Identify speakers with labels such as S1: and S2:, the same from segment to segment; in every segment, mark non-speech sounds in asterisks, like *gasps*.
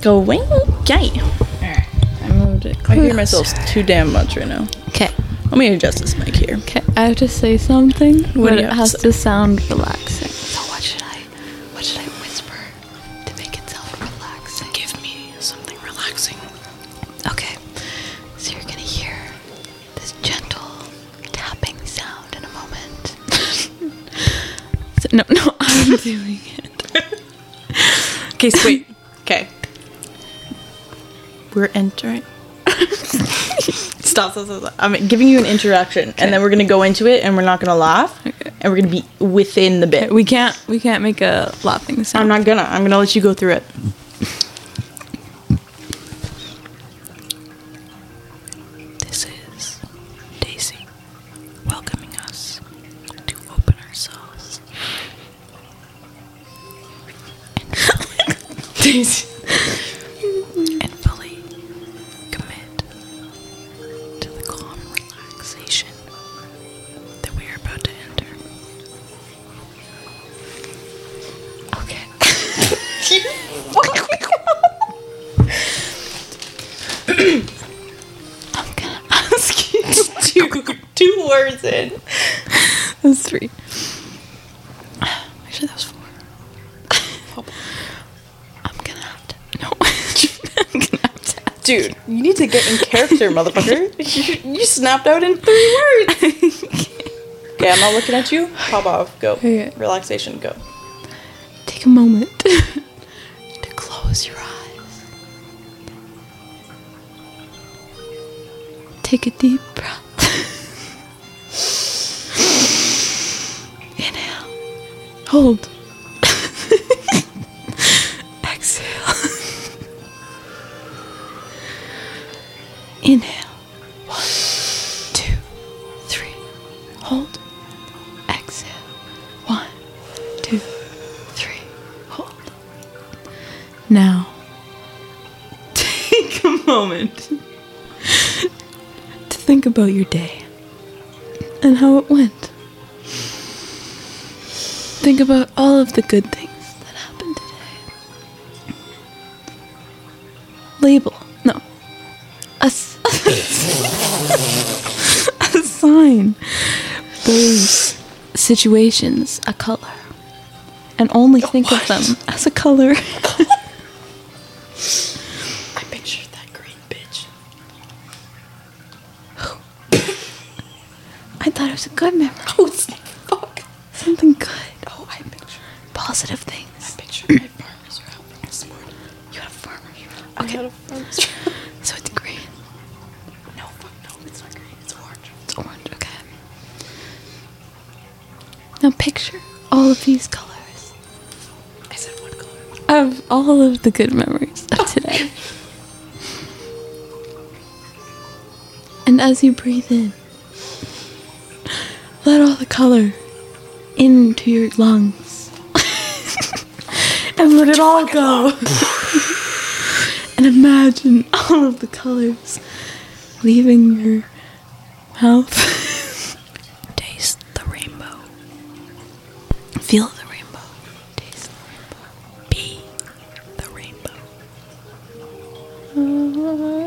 S1: going. Okay. Alright. I moved it. I hear myself too damn much right now.
S2: Okay.
S1: Let me adjust this mic here.
S2: Okay. I have to say something,
S1: do
S2: but
S1: you
S2: it
S1: have to
S2: has
S1: say?
S2: to sound relaxing. So what should I, what should I whisper to make it sound relaxing?
S1: Give me something relaxing.
S2: Okay. So you're gonna hear this gentle tapping sound in a moment. so, no, *laughs* no, I'm doing it.
S1: Okay, *coughs* sweet. okay. We're entering. *laughs* stop, stop, stop, stop. I'm giving you an introduction, and then we're gonna go into it, and we're not gonna laugh, and we're gonna be within the bit.
S2: We can't, we can't make a laughing sound.
S1: I'm not gonna. I'm gonna let you go through it.
S2: This is Daisy welcoming us to open ourselves.
S1: Daisy.
S2: and fully commit to the calm relaxation that we are about to enter. Okay. *laughs* I'm gonna ask you.
S1: *laughs* two, two words in.
S2: *laughs* That's three. Actually, that was four. I'm gonna have to. No. *laughs* I'm gonna have to.
S1: Dude, you need to get in character, motherfucker. *laughs* You, you snapped out in three words. okay, I'm not looking at you. Pop off. Go.
S2: Okay.
S1: Relaxation. Go.
S2: Take a moment *laughs* to close your eyes. Take a deep breath. *laughs* Inhale. Hold. *laughs* Exhale. Inhale. One, two, three. Hold. Exhale. One, two, three. Hold. Now, *laughs* take a moment to think about your day and how it went. Think about all of the good things that happened today. Label, no, a, s- *laughs* a sign, those situations, a color, and only
S1: Oh,
S2: think of them as
S1: *laughs*
S2: a color. *laughs*
S1: I pictured that green bitch.
S2: I thought it was a good memory.
S1: Oh, it's fuck.
S2: Something good.
S1: Oh, I pictured.
S2: Positive
S1: I
S2: things.
S1: pictured my farmer's route this morning.
S2: You had a farmer. You had-
S1: I had a *laughs* farmer's route.
S2: So it's green.
S1: No, fuck, no, it's not green. It's orange.
S2: It's orange. Okay. Now picture all of these colors
S1: I said one color. Oh.
S2: of all of the good memories of today. And as you breathe in, let all the color into your lungs. and let it all go. *laughs* and imagine all of the colors leaving your mouth. *laughs* Taste the rainbow. Feel the rainbow. Taste the rainbow. Be the rainbow.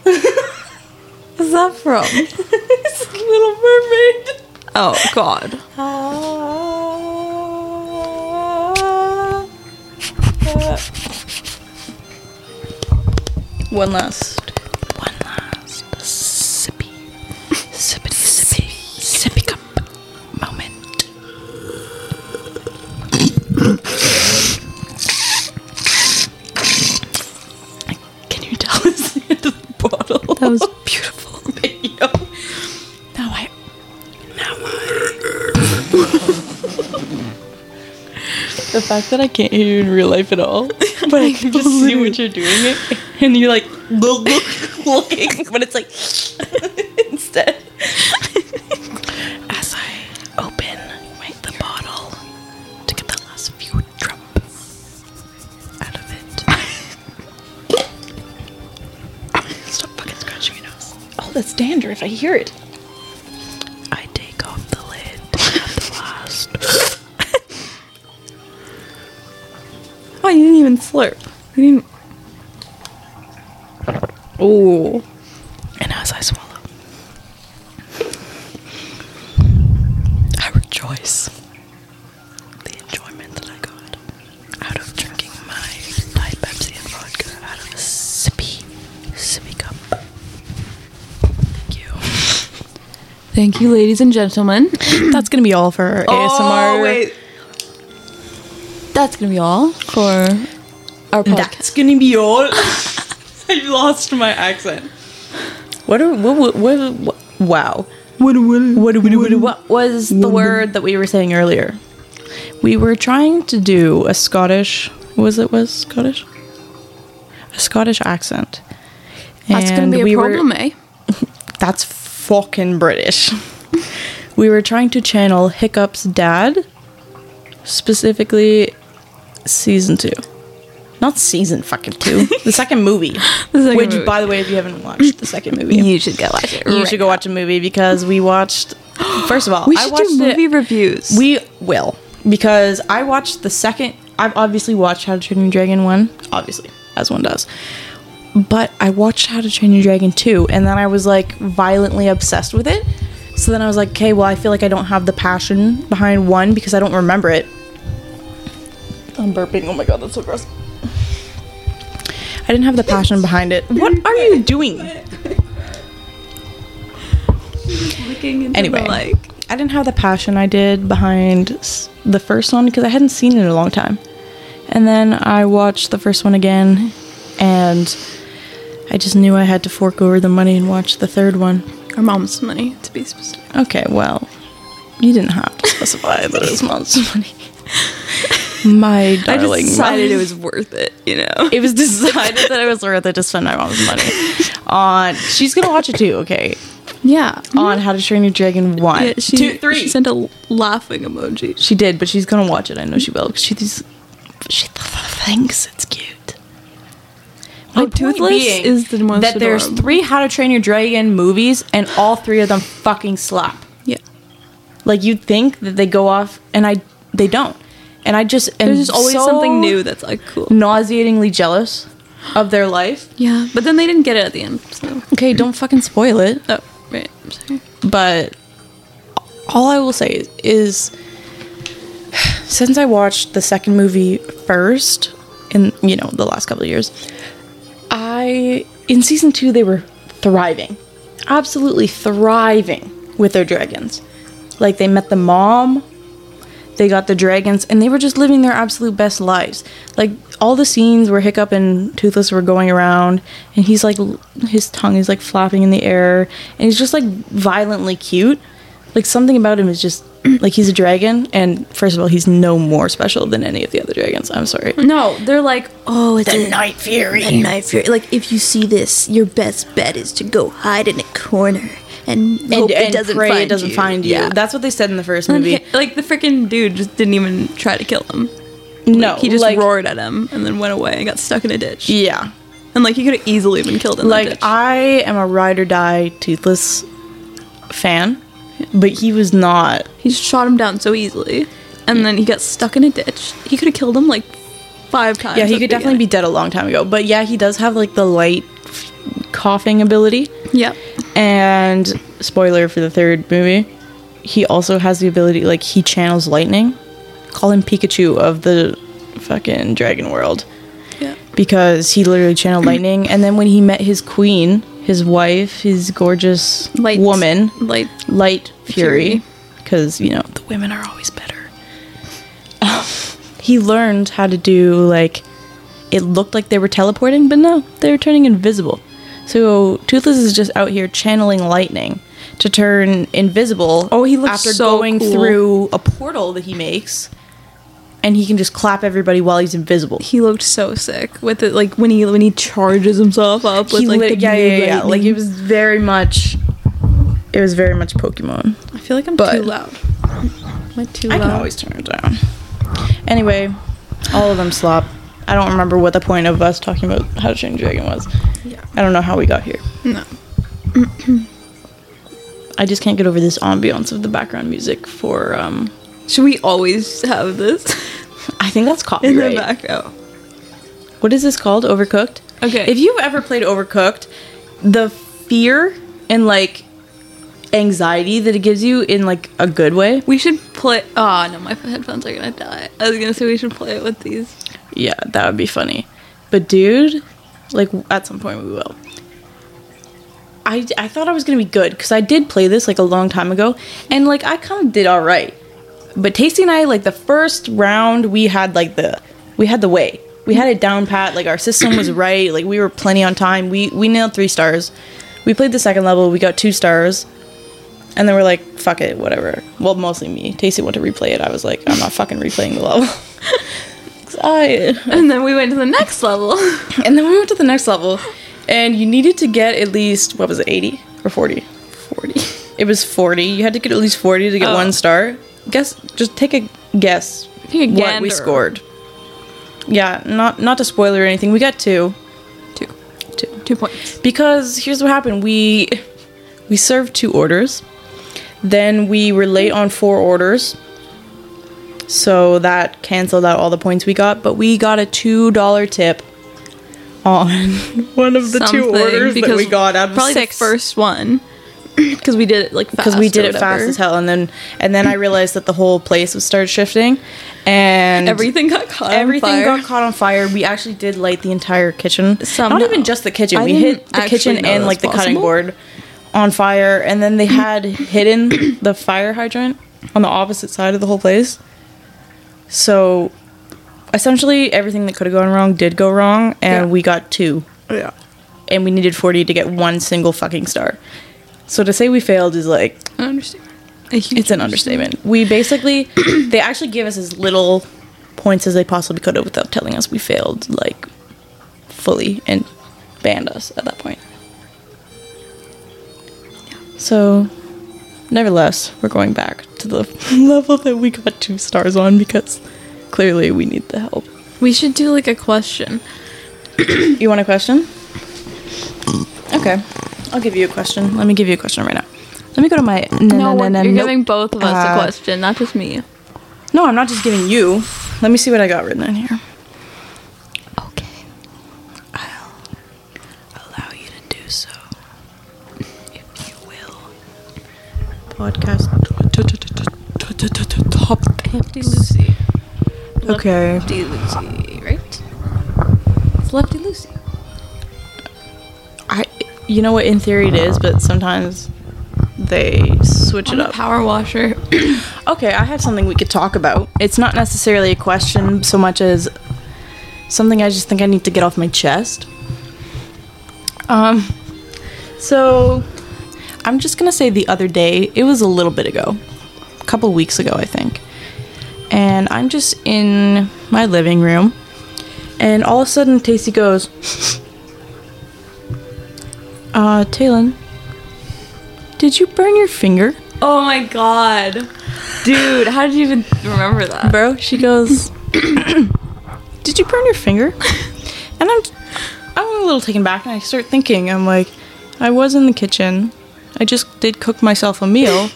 S2: *laughs* What's that *laughs* from?
S1: it's a little mermaid.
S2: Oh God.
S1: One *laughs* last.
S2: One last sippy, sippity sippy, sippy cup moment. Can you tell us *laughs* the end of the bottle? That was beautiful.
S1: Yo.
S2: Now I.
S1: The fact that I can't hear you in real life at
S2: Oh
S1: all,
S2: *laughs*
S1: but I can *laughs* just see what you're doing, *laughs* it, and you're like
S2: *laughs*
S1: looking, but it's like instead.
S2: As I open the bottle to get the last few drops out of it. *laughs* Stop fucking scratching your nose.
S1: Oh, that's dandruff. I hear it.
S2: I take off the lid at the last. oh, you didn't even slurp. We didn't. Oh. And as I swallow, I rejoice the enjoyment that I got out of drinking my Diet Pepsi and vodka out of a sippy, sippy cup. Thank you. Thank you, ladies and gentlemen.
S1: That's gonna be all for ASMR.
S2: That's gonna be all for our podcast.
S3: It's gonna be all. *laughs* I lost my accent.
S1: What, are, what, what, what, what? Wow.
S3: What?
S1: What, what, what, what was the word that we were saying earlier? We were trying to do a Scottish. Was it was Scottish? A Scottish accent.
S2: That's gonna
S1: And
S2: be a
S1: we were-
S2: problem, eh?
S1: that's fucking British. we were trying to channel Hiccup's dad, specifically season two. Not season fucking
S2: *laughs*
S1: two. the second movie.
S2: second
S1: which,
S2: movie.
S1: by the way, if you haven't watched the second movie,
S2: *laughs* You should go watch it.
S1: you should go watch a movie because we
S2: *gasps*
S1: watched. First of all,
S2: We
S1: I
S2: should
S1: watched
S2: do
S1: it-
S2: movie reviews.
S1: we will because I watched the second. I've obviously watched How to Train Your Dragon one, obviously as one does. But I watched How to Train Your Dragon two, and then I was like violently obsessed with it. So then I was like, okay, well, I feel like I don't have the passion behind one because I don't remember it. I'm burping. Oh my god, that's so gross. I didn't have the passion behind it. What are you doing? anyway, I didn't have the passion I did behind s- the first one because I hadn't seen it in a long time. And then I watched the first one again, and I just knew I had to fork over the money and watch the third one.
S2: our mom's money, to be specific.
S1: Okay, well, you didn't have to specify that it was monster money. *laughs* My darling, mother-
S2: was worth it, you know?
S1: it was decided that it was worth it to spend my mom's money on. She's gonna watch it too, okay?
S2: Yeah.
S1: On How to Train Your Dragon One,
S2: Yeah, she,
S1: two, three.
S2: She sent a laughing emoji.
S1: She did, but she's gonna watch it. I know she will. 'cause She thinks- she th- thinks it's cute.
S2: Oh, Toothless is the most
S1: that there's
S2: adorable.
S1: three How to Train Your Dragon movies, and all three of them fucking slap.
S2: Yeah.
S1: Like you'd think that they go off, and I they don't. And I just am
S2: There's just always
S1: so
S2: something new that's like cool.
S1: nauseatingly jealous of their life.
S2: Yeah, but then they didn't get it at the end. So.
S1: Okay, don't fucking spoil it.
S2: Oh, right. I'm sorry.
S1: but all I will say is since I watched the second movie first in you know the last couple of years I in season 2 they were thriving absolutely thriving with their dragons like they met the mom they got the dragons and they were just living their absolute best lives like all the scenes where hiccup and toothless were going around and he's like l- his tongue is like flapping in the air and he's just like violently cute like something about him is just *clears throat* like he's a dragon and first of all he's no more special than any of the other dragons i'm sorry
S2: No, they're like, oh, it's a
S1: night fury
S2: a knife. You're, like, if you see this, your best bet is to go hide in a corner and,
S1: and,
S2: hope
S1: and
S2: it doesn't
S1: pray
S2: find
S1: it doesn't
S2: you.
S1: find you
S2: Yeah.
S1: that's what they said in the
S2: *laughs*
S1: first
S2: And
S1: movie
S2: he- like the freaking dude just didn't even try to kill him.
S1: no
S2: Like, he just
S1: Oh, like,
S2: roared at him and then went away and got stuck in a ditch.
S1: yeah
S2: And like he could have easily been killed in
S1: like
S2: that ditch.
S1: I am a ride or die toothless fan, but he was not.
S2: he just shot him down so easily, and then he got stuck in a ditch. He could have killed him like five times.
S1: Yeah, he could definitely be dead a long time ago. But yeah, he does have like the light f- coughing ability.
S2: be. Yep.
S1: And spoiler for the third movie, he also has the ability like he channels lightning. Call him Pikachu of the fucking Dragon World.
S2: Yeah.
S1: because he literally *clears throat* channeled lightning. And then when he met his queen, his wife, his gorgeous
S2: Light-
S1: woman,
S2: light-
S1: light fury,
S2: Fury.
S1: because you know the women are always better. Um, he learned how to do like it looked like they were teleporting, but no, they were turning invisible. So Toothless is just out here channeling lightning to turn invisible.
S2: Oh, he looks
S1: after
S2: so
S1: going
S2: cool.
S1: through a portal that he makes, and he can just clap everybody while he's invisible.
S2: He looked so sick with it. Like when he when he charges himself up with
S1: He
S2: like
S1: lit-
S2: the
S1: yeah,
S2: blue
S1: yeah, yeah, yeah.
S2: lightning.
S1: Like it was very much. It was very much Pokemon.
S2: I feel like I'm
S1: but-
S2: too loud. Am I too
S1: I
S2: loud?
S1: can always turn it down. Anyway, all of them slop. I don't remember what the point of us talking about how to train your dragon was.
S2: Yeah.
S1: I don't know how we got here.
S2: No.
S1: *clears throat* I just can't get over this ambiance of the background music for. um
S4: *laughs*
S2: Should we always have this
S1: I think that's
S2: in
S1: copyright.
S2: the background?
S1: what is this called? Overcooked.
S4: Okay.
S1: If you've ever played Overcooked, the fear and like anxiety that it gives you in like a good way.
S4: We should play. Oh no, my headphones are gonna die. I was gonna say we should play it with these.
S1: Yeah, that would be funny. But dude, like at some point we will. I, I thought I was gonna be good because I did play this like a long time ago, and like I kind of did all right. But Tasty and I, like the first round, we had like the we had the way we had it down pat. Like our system was right. Like we were plenty on time. We we nailed three stars. We played the second level. We got two stars, and then we're like, fuck it, whatever. Well, mostly me. Tasty went to replay it. I was like, I'm not fucking replaying the level. *laughs* 'Cause I
S4: And then we went to the next level.
S1: *laughs* and then we went to the next level, and you needed to get at least what was it, eighty or forty?
S4: Forty.
S1: It was forty. You had to get at least forty to get
S4: Oh.
S1: one star. Guess, just take a guess
S4: Take a
S1: what we
S4: gander.
S1: scored. Yeah, not not to spoil or anything. We got two,
S4: Two.
S1: two
S4: *laughs* Two points.
S1: because here's what happened. We we served two orders, then we were late on four orders. So that canceled out all the points we got, but we got a two dollar tip on *laughs* one of the two
S4: Something,
S1: orders that we got out of
S4: probably
S1: six
S4: the first one *clears throat* because we did it like fast
S1: because we did
S4: or
S1: it fast
S4: whatever.
S1: as hell, and then and then I realized that the whole place was started shifting, and
S4: Everything got caught.
S1: everything
S4: on fire.
S1: got caught on fire. We actually did light the entire kitchen.
S4: Somehow.
S1: Not even just the kitchen.
S4: I
S1: we
S4: didn't
S1: hit the
S4: actually
S1: kitchen
S4: know
S1: and
S4: that's
S1: like the cutting
S4: possible.
S1: board on fire, and then they had hidden *coughs* the fire hydrant on the opposite side of the whole place. So, essentially, everything that could have gone wrong did go wrong,
S4: Yeah.
S1: and we got two,
S4: Oh, Yeah.
S1: and we needed forty to get one single fucking star. So to say we failed is like
S4: I understand. A huge
S1: it's an understatement. We basically, *clears throat* they actually give us as little points as they possibly could have without telling us we failed, like, fully, and banned us at that point. So, nevertheless, we're going back to the *laughs* level that we got two stars on because clearly we need the help. *clears throat*
S4: We should do like a question.
S1: You want a question? Okay, I'll give you a question. Let me give you a question right now. Let me go to my. No,
S4: No,
S1: no,
S4: we're-
S1: no,
S4: you're
S1: no.
S4: giving both of us
S1: Uh,
S4: a question, not just me.
S1: No, I'm not just giving you. Let me see what I got written in here.
S5: Okay. I'll allow you to do so. If you will.
S1: Podcast.
S5: Top
S4: Lefty Lucy.
S1: Okay.
S4: Lefty Lucy, right? It's Lefty Lucy.
S1: I you know what in theory it is, but sometimes they switch
S4: I'm
S1: it
S4: a
S1: up.
S4: power washer.
S1: Okay, I have something we could talk about. It's not necessarily a question so much as something I just think I need to get off my chest. Um so I'm just going to say the other day, it was a little bit ago. A couple weeks ago, I think. And I'm just in my living room and all of a sudden Tasty goes Uh, Taylin, did you burn your finger?
S4: oh my god. Dude, how did you even remember that?
S1: bro. She goes, "Did you burn your finger?" And I'm, I'm a little taken back, and I start thinking. I'm like, I was in the kitchen. I just did cook myself a meal.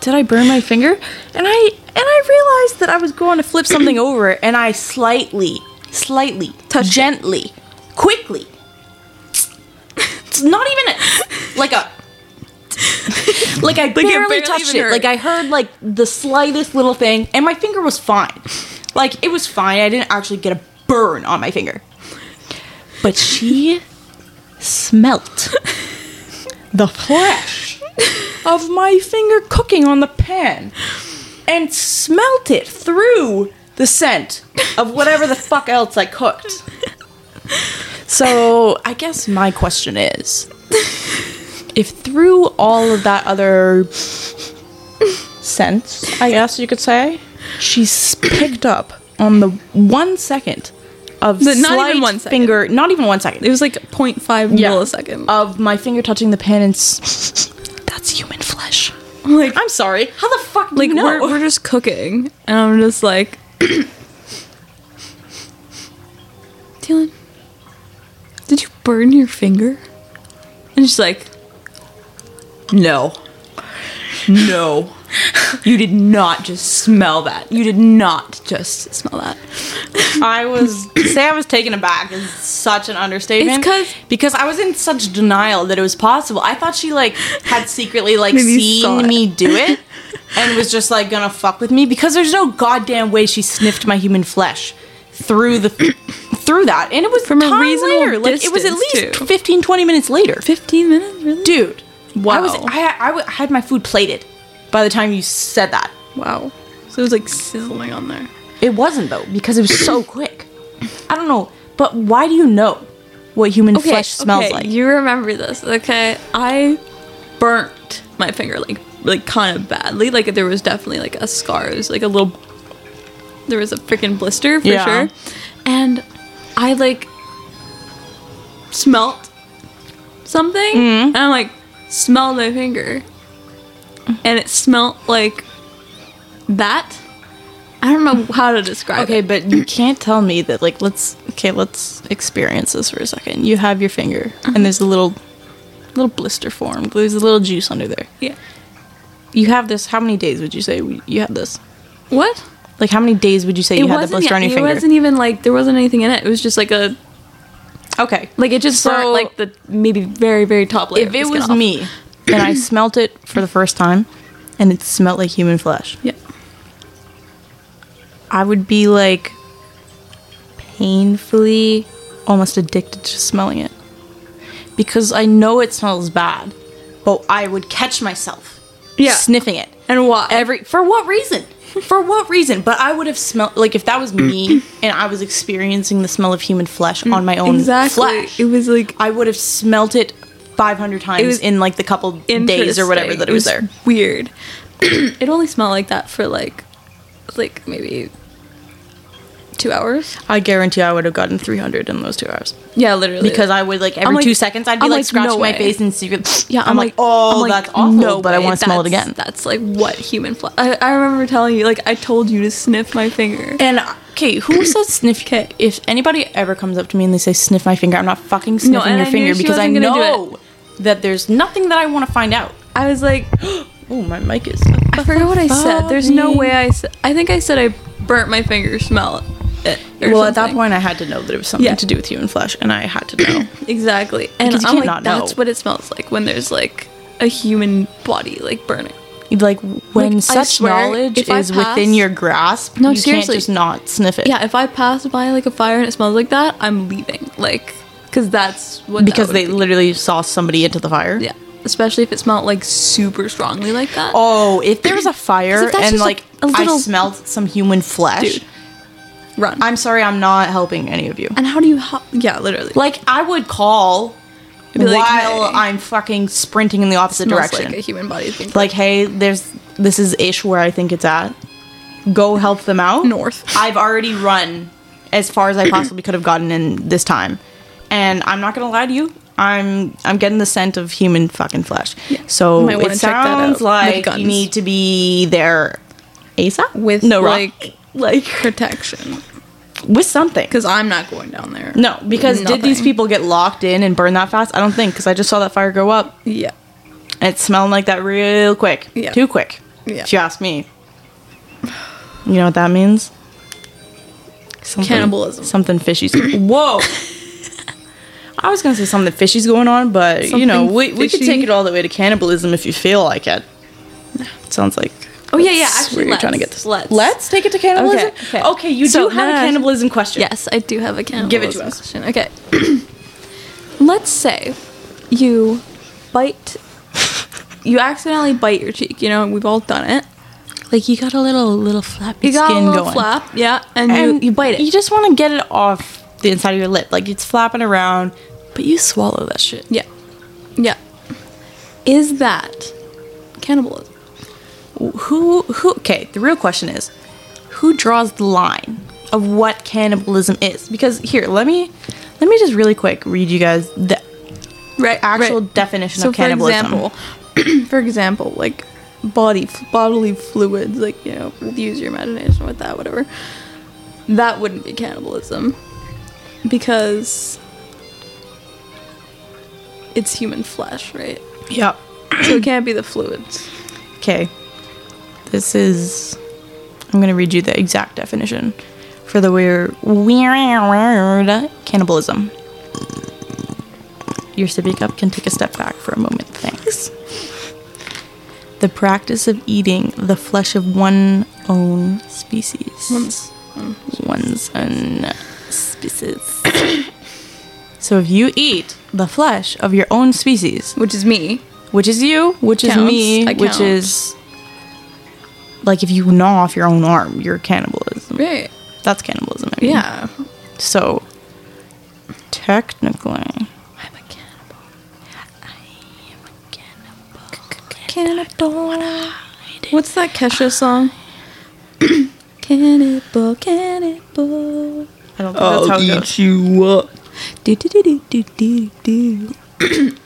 S1: Did I burn my finger? And I and I realized that I was going to flip *clears throat* something over, and I slightly, slightly, touched gently, quickly. It's not even a, like a. Like I barely,
S4: barely
S1: touched
S4: even
S1: it.
S4: hurt.
S1: Like I heard like the slightest little thing, and my finger was fine. Like it was fine. I didn't actually get a burn on my finger. But she *laughs* smelt the flesh of my finger cooking on the pan and smelt it through the scent of whatever the fuck else I cooked. So I guess my question is if through all of that other scents, I guess you could say, she's picked up on the one second of
S4: The- not even
S1: slight
S4: one second.
S1: finger, not even one second.
S4: It was like 0.5
S1: Yeah.
S4: millisecond.
S1: of my finger touching the pan and s- that's human flesh.
S4: like,
S1: I'm sorry. How the fuck do
S4: like
S1: you know?
S4: we're, we're just cooking, and I'm just like, *coughs* Dylan, did you burn your finger? And she's like,
S5: No. No. you did not just smell that.
S4: you did not just smell that.
S1: I was *coughs* to say I was taken aback is such an understatement.
S2: It's 'cause-
S1: because I was in such denial that it was possible. I thought she like had secretly like
S2: Maybe saw
S1: seen
S2: it.
S1: me
S2: *laughs*
S1: do it and was just like gonna fuck with me because there's no goddamn way she sniffed my human flesh through the *coughs* through that and it was
S2: From a
S1: time
S2: reasonable
S1: later. Like it was at
S2: distance,
S1: least
S2: too.
S1: 15 20 minutes later.
S2: 15 minutes, really?
S1: Dude, I was
S2: Wow.
S1: I, I w- I had my food plated by the time you said that.
S2: Wow. So it was like sizzling on there.
S1: It wasn't though, because it was so quick. I don't know, but why do you know what human flesh smells
S2: okay,
S1: like?
S2: You remember this, okay? I burnt my finger like like kind of badly. Like there was definitely like a scar. It was like a little. There was a freaking blister for
S1: Yeah.
S2: sure, and I like smelt something,
S1: Mm-hmm.
S2: and I'm like smelled my finger, and it smelt like that. I don't know how to describe
S1: okay,
S2: it.
S1: but you can't tell me that like let's okay, let's experience this for a second. You have your finger
S2: Uh-huh.
S1: and there's a little little blister formed. There's a little juice under there.
S2: Yeah.
S1: You have this how many days would you say we- you had this?
S2: What?
S1: Like how many days would you say you had the blister on your
S2: it
S1: finger?
S2: wasn't even like there wasn't anything in it. It was just like a
S1: okay.
S2: Like it just
S1: So-
S2: burnt like the maybe very very top layer.
S1: if it
S2: of the
S1: was
S2: skin off.
S1: me and I smelt it for the first time and it smelled like human flesh,
S2: yeah,
S1: I would be like painfully almost addicted to smelling it because I know it smells bad, but I would catch myself
S2: Yeah.
S1: sniffing it
S2: and why?
S1: every for what
S2: *laughs*
S1: reason? For what reason? But I would have smelled like if that was
S2: *clears throat*
S1: me and I was experiencing the smell of human flesh on my own
S2: exactly.
S1: flesh,
S2: It was like
S1: I would have smelt it 500 times
S2: was
S1: in like the couple days or whatever
S2: interesting.
S1: that it was there.
S2: Weird. *clears throat* it only smelled like that for like like maybe two hours.
S1: I guarantee I would have gotten 300 in those two hours.
S2: Yeah, literally.
S1: because I would like every
S2: I'm like-
S1: two seconds I'd be
S2: I'm
S1: like,
S2: like,
S1: scratching
S2: no
S1: my
S2: way.
S1: face and secret.
S2: Yeah, I'm, like,
S1: oh,
S2: I'm like,
S1: that's awful.
S2: No
S1: but I
S2: way,
S1: want to smell it
S2: that's-
S1: again.
S2: That's like what human flesh. I, I remember telling you, like, I told you to sniff my finger.
S1: And okay, who says sniff?
S2: Okay.
S1: If anybody ever comes up to me and they say sniff my finger, I'm not fucking sniffing
S2: and
S1: your
S2: I knew
S1: finger
S2: she
S1: because I
S2: wasn't gonna do
S1: know that there's nothing that I want to find out.
S2: I was like,
S1: Oh, my mic is.
S2: I forgot what I said. There's no
S1: Fucking-
S2: way I said. I think I said I burnt my finger. Smell it. or
S1: Well, at that
S2: something.
S1: point, I had to know that it was something
S2: Yeah.
S1: to do with human flesh, and I had to know. *clears throat*
S2: exactly. And
S1: Because you
S2: I'm
S1: can't
S2: like,
S1: not know.
S2: that's what it smells like when there's like a human body like burning.
S1: like when
S2: Like, I
S1: such
S2: swear,
S1: knowledge
S2: if I
S1: is
S2: pass-
S1: within your grasp,
S2: No,
S1: you
S2: seriously.
S1: can't just not sniff it.
S2: Yeah, if I pass by like a fire and it smells like that, I'm leaving. Like, because that's what. that
S1: because
S2: would
S1: they
S2: be.
S1: literally saw somebody into the fire.
S2: Yeah, especially if it smelled like super strongly like that.
S1: Oh, if there was
S2: *clears throat*
S1: a
S2: Because
S1: fire
S2: if that's
S1: and
S2: just a-
S1: like
S2: a
S1: I
S2: little-
S1: smelled some human flesh,
S2: Dude. run.
S1: I'm sorry, I'm not helping any of you.
S2: and how do you? Ho- yeah, literally.
S1: Like I would call
S2: Be like,
S1: while
S2: "Hey."
S1: I'm fucking sprinting in the opposite
S2: Smells
S1: direction.
S2: Like a
S1: Like,
S2: human body. Thing.
S1: hey, there's this is ish where I think it's at. Go help them out.
S2: North.
S1: I've already run as far as I possibly could have gotten in this time, and I'm not gonna lie to you. I'm I'm getting the scent of human fucking flesh.
S2: You
S1: So
S2: might wanna
S1: it
S2: check that out
S1: sounds
S2: with
S1: like
S2: guns.
S1: you need to be there ASAP
S2: with
S1: no rock.
S2: like like protection
S1: with something.
S2: because I'm not going down there.
S1: No, because did these
S2: Nothing.
S1: people get locked in and burn that fast? I don't think because I just saw that fire go up
S2: Yeah.
S1: and it's smelling like that real quick.
S2: Yeah.
S1: Too quick.
S2: Yeah.
S1: If you ask me. You know what that means? Something,
S2: Cannibalism.
S1: Something fishy's.
S2: *coughs*
S1: Whoa. I was gonna say something fishy's going on, but you know
S2: Something
S1: we we could
S2: fishy.
S1: take it all the way to cannibalism if you feel like it. Sounds like.
S2: Oh yeah, yeah.
S1: that's
S2: Actually,
S1: where you're
S2: let's,
S1: trying to get this.
S2: Let's.
S1: Let's take it to cannibalism.
S2: Okay, okay.
S1: you
S2: So,
S1: do have
S2: no, no,
S1: a
S2: no.
S1: cannibalism question.
S2: Yes, I do have a cannibalism
S1: Give it to us.
S2: question. Okay. *clears throat* let's say you bite. You accidentally bite your cheek. You know, we've all done it.
S1: Like you got a little little flappy
S2: You got
S1: skin
S2: a little
S1: going.
S2: flap, yeah, and,
S1: and
S2: you, you bite it.
S1: You just want to get it off the inside of your lip, like it's flapping around, but you swallow that shit.
S2: yeah, yeah. Is that cannibalism?
S1: Who who? Okay, the real question is, who draws the line of what cannibalism is? Because here, let me let me just really quick read you guys the
S2: Right.
S1: actual
S2: right.
S1: definition
S2: so
S1: of cannibalism.
S2: For example, *clears throat* for example, like body bodily fluids, like you know, use your imagination with that, whatever. That wouldn't be cannibalism because it's human flesh, right?
S1: Yep.
S2: so
S1: *clears throat*
S2: it can't be the fluids.
S1: Okay. This is. I'm going to read you the exact definition. for the weird, weird cannibalism. Your sippy cup can take a step back for a moment, thanks. The practice of eating the flesh of one own species.
S2: One's-
S1: One's own species. *coughs* so if you eat the flesh of your own species,
S2: Which is me.
S1: which is you, which is
S2: Counts.
S1: me,
S2: I
S1: which
S2: count.
S1: is like if you gnaw off your own arm, you're cannibalism.
S2: Right.
S1: That's cannibalism. I mean.
S2: Yeah.
S1: So technically,
S2: I'm a cannibal.
S1: cannibal.
S2: What's that Kesha song? *clears throat* cannibal, cannibal.
S1: I don't think
S2: Oh,
S1: that's how it goes.
S4: you up.
S2: Do do do do do do do.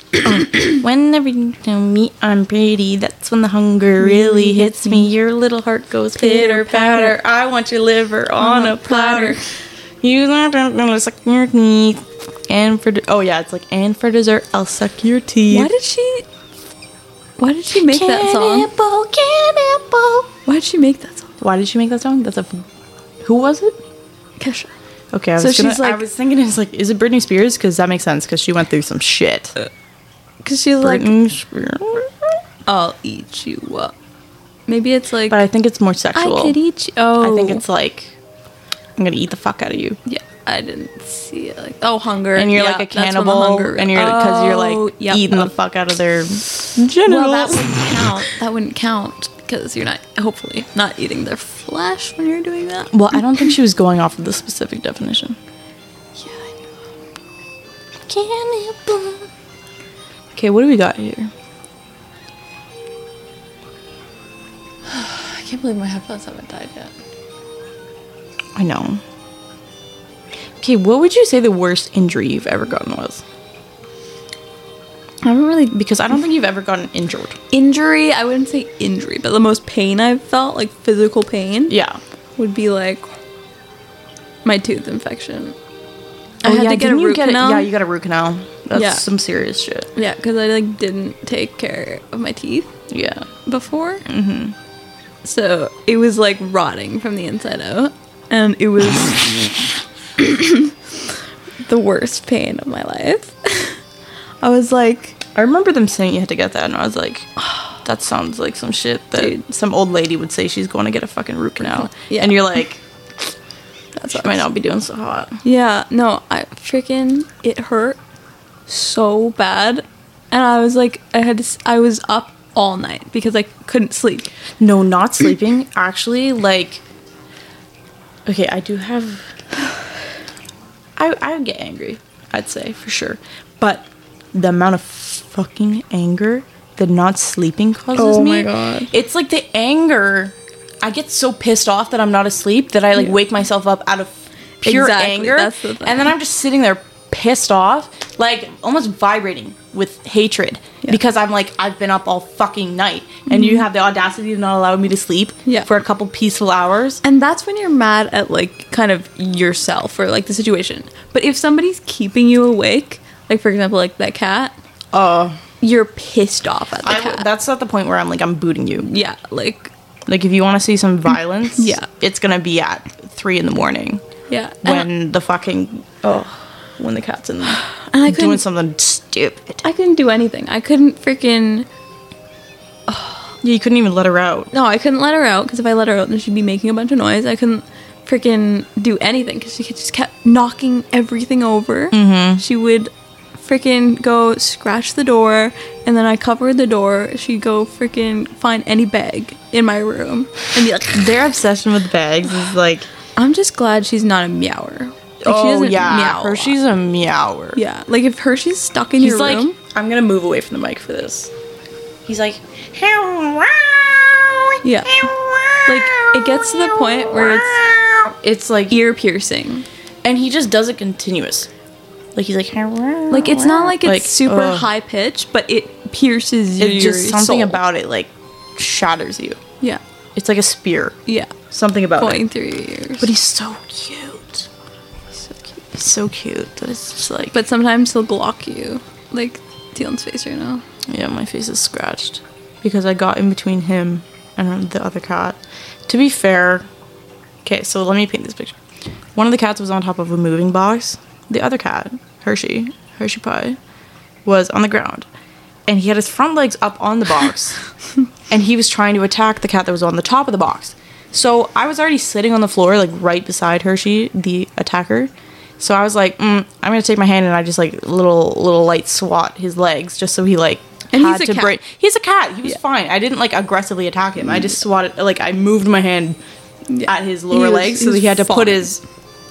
S1: Whenever you know me, I'm pretty. That's when the hunger
S2: Mm-hmm.
S1: really hits me. Your little heart goes pitter patter. I want your liver on a platter. You don't know, suck your teeth. And for de- oh yeah, it's like and for dessert, I'll suck your teeth.
S2: Why did she? Why did she make that song?
S1: Cannibal, cannibal.
S2: Why did she make that song?
S1: Why did she make that song? That's a. f- Who was it?
S2: Kesha.
S1: Okay, I was
S2: So
S1: gonna-
S2: she's like-
S1: I was thinking, it's like, is it Britney Spears? Because that makes sense. Because she went through some shit.
S2: Uh, Cause she's like,
S1: Britney Spears.
S2: I'll eat you up. Maybe it's like
S1: But I think it's more sexual.
S2: I could eat you. Oh,
S1: I think it's like, I'm gonna eat the fuck out of you.
S2: yeah. I didn't see it. Like oh, hunger.
S1: And you're
S2: Yeah,
S1: like a
S2: that's when the
S1: cannibal,
S2: hunger-
S1: and you're because you're like
S2: Oh, yep.
S1: eating
S2: Oh.
S1: the fuck out of their genitals. *laughs*
S2: Well, that wouldn't count. That wouldn't count because you're not hopefully not eating their flesh when you're doing that.
S1: Well, I don't think she was going off of the specific definition.
S2: Yeah, I know.
S1: Cannibal. Okay, what do we got here?
S2: I can't believe my headphones haven't died yet.
S1: I know. Okay, what would you say the worst injury you've ever gotten was? I haven't really because I don't think you've ever gotten injured.
S2: Injury, I wouldn't say injury, but the most pain I've felt, like physical pain,
S1: Yeah.
S2: would be like my tooth infection. I
S1: Oh,
S2: had
S1: yeah,
S2: to get a
S1: didn't you
S2: root
S1: get it-
S2: canal.
S1: Yeah, you got a root canal. That's
S2: Yeah.
S1: some serious shit.
S2: yeah, because I like didn't take care of my teeth
S1: Yeah.
S2: before. Mm-hmm. So it was like rotting from the inside out, and it was *coughs* the worst pain of my life. I was like,
S1: I remember them saying you had to get that, and I was like, *sighs* that sounds like some shit that
S2: Dude.
S1: some old lady would say she's going to get a fucking root canal.
S2: Yeah.
S1: And you're like,
S2: that's
S1: she
S2: what
S1: might not be doing so hot.
S2: Yeah, no, I freaking it hurt so bad, and I was like, I had to, s- I was up all night because I couldn't sleep.
S1: No, not sleeping. Actually, like, okay, I do have. I I would get angry. I'd say for sure, but the amount of fucking anger that not sleeping causes
S2: Oh
S1: me.
S2: my God.
S1: It's like the anger. I get so pissed off that I'm not asleep that I like
S2: Yeah.
S1: wake myself up out of pure
S2: Exactly,
S1: anger,
S2: that's the thing.
S1: and then I'm just sitting there pissed off, like almost vibrating with hatred
S2: Yeah.
S1: because I'm like I've been up all fucking night, and you have the audacity to not allow me to sleep
S2: Yeah.
S1: for a couple peaceful hours.
S2: And that's when you're mad at like kind of yourself or like the situation. But if somebody's keeping you awake, like for example, like that cat,
S1: Oh,
S2: you're pissed off at the
S1: I,
S2: cat.
S1: that's not the point where I'm like I'm booting you.
S2: yeah, like
S1: Like if you want to see *clears throat* some violence,
S2: Yeah.
S1: it's gonna be at three in the morning
S2: yeah. and,
S1: when the fucking oh. When the cat's *sighs* in,
S2: and I couldn't
S1: doing something stupid.
S2: I couldn't do anything. I couldn't freaking
S1: Yeah, you couldn't even let her out.
S2: no. I couldn't let her out because if I let her out, then she'd be making a bunch of noise. I couldn't freaking do anything because she just kept knocking everything over.
S1: Mm-hmm.
S2: She would freaking go scratch the door and then I covered the door. She'd go freaking find any bag in my room and be like, *laughs*
S1: Their obsession with bags is like,
S2: I'm just glad she's not a meower. Like,
S1: oh
S2: doesn't
S1: yeah,
S2: meow a lot.
S1: Hershey's a meower.
S2: yeah. Like if Hershey's stuck in
S1: he's
S2: your
S1: like,
S2: room,
S1: I'm gonna move away from the mic for this. He's like, hello,
S2: Yeah. like it gets to the point where it's
S1: it's like,
S2: ear piercing.
S1: and he just does it continuous. Like he's like, hello,
S2: Like it's not like it's
S1: Like,
S2: super
S1: ugh.
S2: high pitched, but it pierces your
S1: It just something
S2: soul.
S1: about it like shatters you.
S2: yeah,
S1: It's like a spear.
S2: yeah,
S1: Something about it.
S2: going through your ears.
S1: But he's so cute.
S2: so cute.
S1: He's so cute that it's just like.
S2: But sometimes he'll glock you, like Dylan's face right now.
S1: Yeah, my face is scratched because I got in between him and the other cat. To be fair, okay, so let me paint this picture. One of the cats was on top of a moving box. The other cat, Hershey, Hershey Pie, was on the ground. And he had his front legs up on the
S2: *laughs*
S1: box. and he was trying to attack the cat that was on the top of the box. So I was already sitting on the floor, like right beside Hershey, the attacker. So I was like, mm, I'm gonna take my hand and I just like little little light swat his legs just so he like
S2: And
S1: had
S2: he's a
S1: to
S2: cat. Mm.
S1: break. He's a cat. He was fine. I didn't like aggressively attack him. I just swatted like I moved my hand at his lower
S2: He was-
S1: legs so
S2: he
S1: that
S2: was
S1: he had to
S2: fine.
S1: put his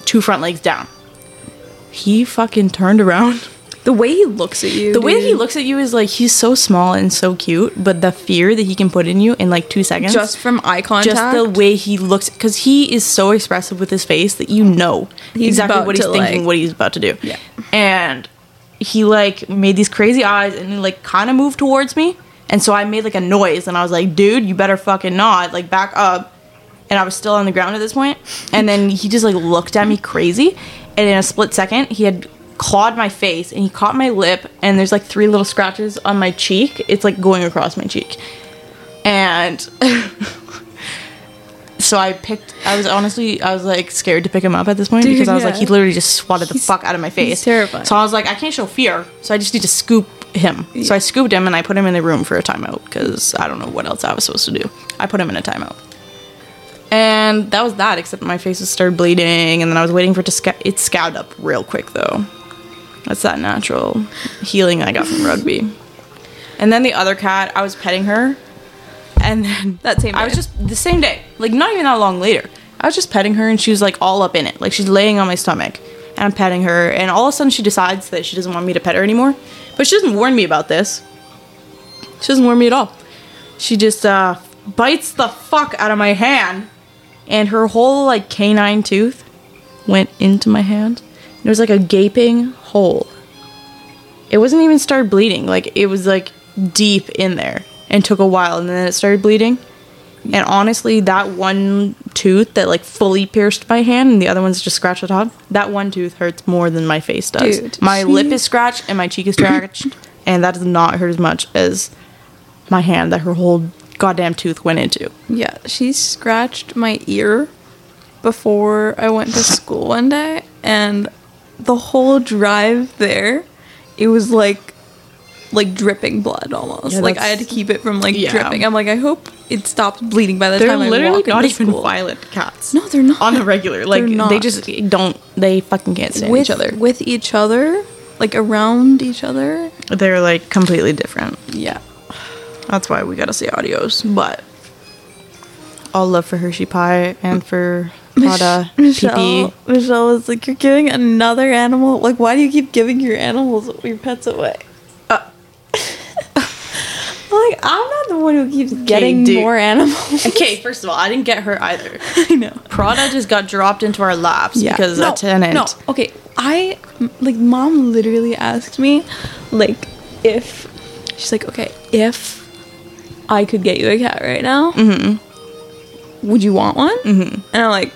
S1: two front legs down. He fucking turned around.
S2: The way he looks at
S1: *laughs*
S2: you.
S1: The way that he
S2: dude.
S1: looks at you is like he's so small and so cute, but the fear that he can put in you in like two seconds.
S2: just from eye contact.
S1: just the way he looks, because he is so expressive with his face that you know
S2: He's
S1: exactly
S2: about
S1: what he's
S2: to,
S1: thinking,
S2: like-
S1: what he's about to do.
S2: Yeah.
S1: And he like made these crazy eyes and he like kind of moved towards me. And so I made like a noise and I was like, dude, you better fucking not. Like back up. And I was still on the ground at this point. And then he just like looked at me crazy. And in a split second, he had clawed my face and he caught my lip. And there's like three little scratches on my cheek. It's like going across my cheek. And *laughs* so I picked. I was honestly, I was like scared to pick him up at this point
S2: Dude,
S1: because I was like,
S2: yeah.
S1: he literally just swatted the
S2: He's-
S1: fuck out of my face.
S2: terrifying.
S1: So I was like, I can't show fear, so I just need to scoop him. So I scooped him and I put him in the room for a timeout because I don't know what else I was supposed to do. I put him in a timeout, and that was that. Except my face was started bleeding, and then I was waiting for it to sca- it scoured up real quick though. That's that natural healing I got from rugby. And then the other cat, I was petting her, and then
S2: That same
S1: I was
S2: day.
S1: just the same day, like not even that long later. I was just petting her, and she was like all up in it, like she's laying on my stomach, and I'm petting her, and all of a sudden she decides that she doesn't want me to pet her anymore, but she doesn't warn me about this. She doesn't warn me at all. She just uh, bites the fuck out of my hand, and her whole like canine tooth went into my hand. There was like a gaping hole. It wasn't even started bleeding. Like it was like deep in there and took a while and then it started bleeding. And honestly, that one tooth that like fully pierced my hand and the other one's just scratched the top, that one tooth hurts more than my face does.
S2: Dude,
S1: my
S2: she-
S1: lip is scratched and my cheek is scratched and that does not hurt as much as my hand that her whole goddamn tooth went into.
S2: Yeah, she scratched my ear before I went to school one day, and the whole drive there, it was like like dripping blood almost.
S1: Yeah,
S2: like I
S1: that's-
S2: had to keep it from like
S1: Yeah.
S2: dripping. I'm like, I hope it stops bleeding by the
S1: They're
S2: time I
S1: literally
S2: walk
S1: not
S2: into
S1: even
S2: school.
S1: violent cats.
S2: No, they're not
S1: on the regular. Like
S2: They're
S1: they
S2: not.
S1: just don't. They fucking can't stand
S2: with
S1: each other.
S2: with each other, like around each other.
S1: They're like completely different.
S2: Yeah,
S1: That's why we gotta say adios. But all love for Hershey Pie and for Prada,
S2: Michelle.
S1: PP.
S2: Michelle was like, "You're giving another animal. Like, why do you keep giving your animals, your pets away?"
S1: Uh.
S2: I'm *laughs* like, I'm not the one who keeps getting
S1: dude.
S2: more animals. *laughs*
S1: Okay, first of all, I didn't get her *laughs* either.
S2: I know.
S1: Prada just got dropped into our laps because
S2: no,
S1: a tenant.
S2: No, okay. I m- like mom literally asked me, like, if she's like, okay, if I could get you a cat right now, would you want one? Mm-hmm. And I'm like,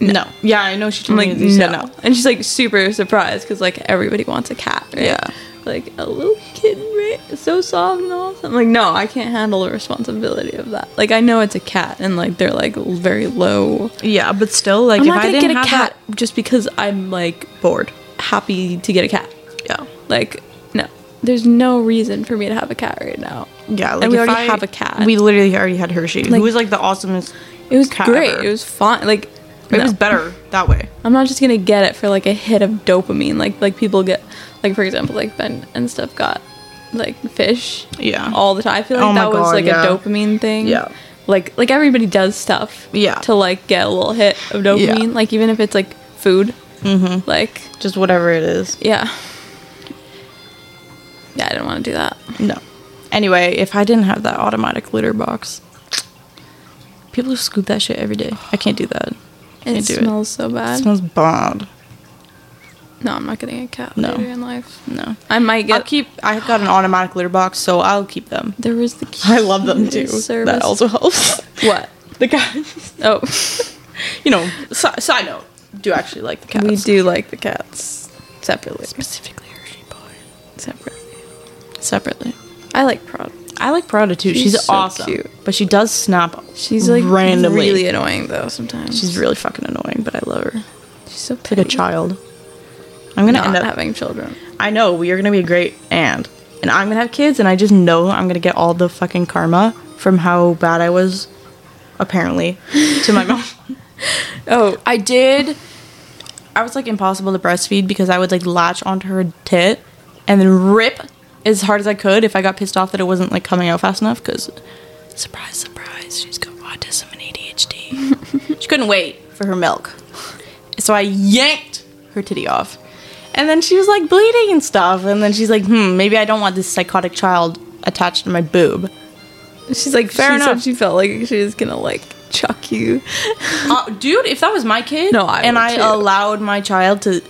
S1: No. Yeah, I know she told
S2: I'm like,
S1: me. you
S2: no.
S1: said no.
S2: And she's like super surprised because like everybody wants a cat, right?
S1: Yeah.
S2: Like a little kitten, right? It's so soft and all. I'm like, no, I can't handle the responsibility of that. Like I know it's a cat, and like they're like very low.
S1: Yeah, but still, like,
S2: I'm
S1: if
S2: not
S1: I
S2: gonna
S1: didn't
S2: get a
S1: have
S2: cat just because I'm like
S1: that bored.
S2: happy to get a cat.
S1: Yeah.
S2: Like no, there's no reason for me to have a cat right now.
S1: Yeah, like
S2: and we
S1: if
S2: already
S1: I-
S2: have a cat.
S1: We literally already had Hershey,
S2: Like-
S1: who was like the awesomest.
S2: it was
S1: cat
S2: great.
S1: ever.
S2: It was fun. Like
S1: It
S2: no.
S1: was better that way.
S2: I'm not just gonna get it for like a hit of dopamine. Like like people get like for example like Ben and stuff got like fish
S1: Yeah.
S2: all the time. I feel like
S1: Oh my
S2: that was
S1: God,
S2: like
S1: yeah.
S2: a dopamine thing.
S1: Yeah.
S2: Like like everybody does stuff.
S1: Yeah.
S2: To like get a little hit of dopamine. Like even if it's like food. Mm-hmm. Like
S1: Just whatever it is.
S2: yeah. Yeah, I didn't want to do that.
S1: No. Anyway, if I didn't have that automatic litter box, people who scoop that shit every day. I can't do that. I
S2: It
S1: can't do
S2: smells so
S1: it. It
S2: bad.
S1: smells bad.
S2: no, I'm not getting a cat
S1: No.
S2: later in life.
S1: No.
S2: I might
S1: I'll
S2: get.
S1: keep. I got an automatic litter box, so I'll keep them.
S2: there was the.
S1: I love them too.
S2: cutest Service.
S1: That also helps.
S2: What?
S1: *laughs* The cats.
S2: Oh.
S1: You know. Si- side note. Do actually like the cats.
S2: We do like the cats separately.
S1: specifically Hershey Pie.
S2: Separately.
S1: Separately.
S2: I like Prod.
S1: I like Prada too. She's,
S2: She's so
S1: awesome,
S2: cute.
S1: but she does snap.
S2: She's like
S1: randomly.
S2: really annoying though sometimes.
S1: She's really fucking annoying, but I love her.
S2: She's so
S1: like a child. I'm gonna
S2: not
S1: end up.
S2: having children.
S1: I know we are gonna be a great aunt, and I'm gonna have kids, and I just know I'm gonna get all the fucking karma from how bad I was, apparently, to my *laughs* mom.
S2: Oh,
S1: I did. I was like impossible to breastfeed because I would like latch onto her tit and then rip as hard as I could if I got pissed off that it wasn't like coming out fast enough because surprise, surprise, she's got autism and *laughs* ADHD. she couldn't wait for her milk. So I yanked her titty off. And then she was like bleeding and stuff. And then she's like, hmm, maybe I don't want this psychotic child attached to my boob.
S2: she's like
S1: Fair
S2: she
S1: enough.
S2: Said she felt like she was gonna like chuck you.
S1: Uh, dude, if that was my kid
S2: No, I
S1: and
S2: would
S1: I
S2: too.
S1: allowed my child to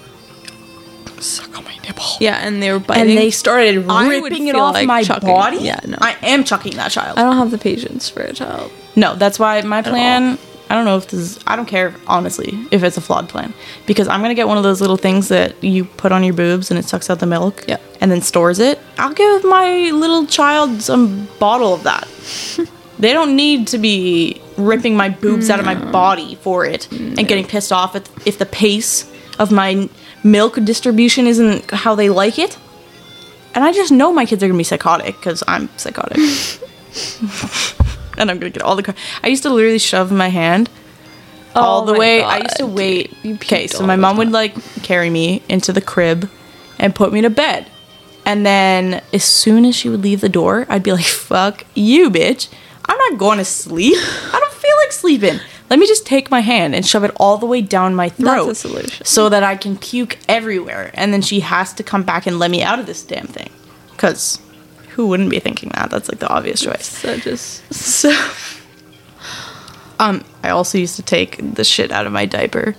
S5: Suck on my nipple.
S2: Yeah, and they were biting.
S1: and they started
S2: I would
S1: ripping it
S2: feel
S1: off
S2: like
S1: my
S2: chucking-
S1: body,
S2: yeah, no.
S1: I am chucking that child.
S2: I don't have the patience for a child.
S1: no, that's why my plan. I don't know if this is. I don't care honestly if it's a flawed plan because I'm gonna get one of those little things that you put on your boobs and it sucks out the milk.
S2: Yeah.
S1: And then stores it. I'll give my little child some bottle of that. they don't need to be ripping my boobs out of my body for it and getting pissed off at, if the pace of my n- milk distribution isn't how they like it. And I just know my kids are gonna be psychotic because I'm psychotic. and I'm gonna get all the. Car- I used to literally shove my hand all the
S2: Oh my
S1: way.
S2: God,
S1: I used to
S2: dude.
S1: wait.
S2: You puked
S1: Okay, so
S2: all
S1: my
S2: the
S1: mom would
S2: time.
S1: like carry me into the crib and put me to bed. And then as soon as she would leave the door, I'd be like, fuck you, bitch. I'm not going to sleep. I don't feel like sleeping. Let me just take my hand and shove it all the way down my throat
S2: That's a solution.
S1: so that I can puke everywhere. And then she has to come back and let me out of this damn thing. Because who wouldn't be thinking that? That's like the obvious choice.
S2: So just
S1: *laughs* So, um, I also used to take the shit out of my diaper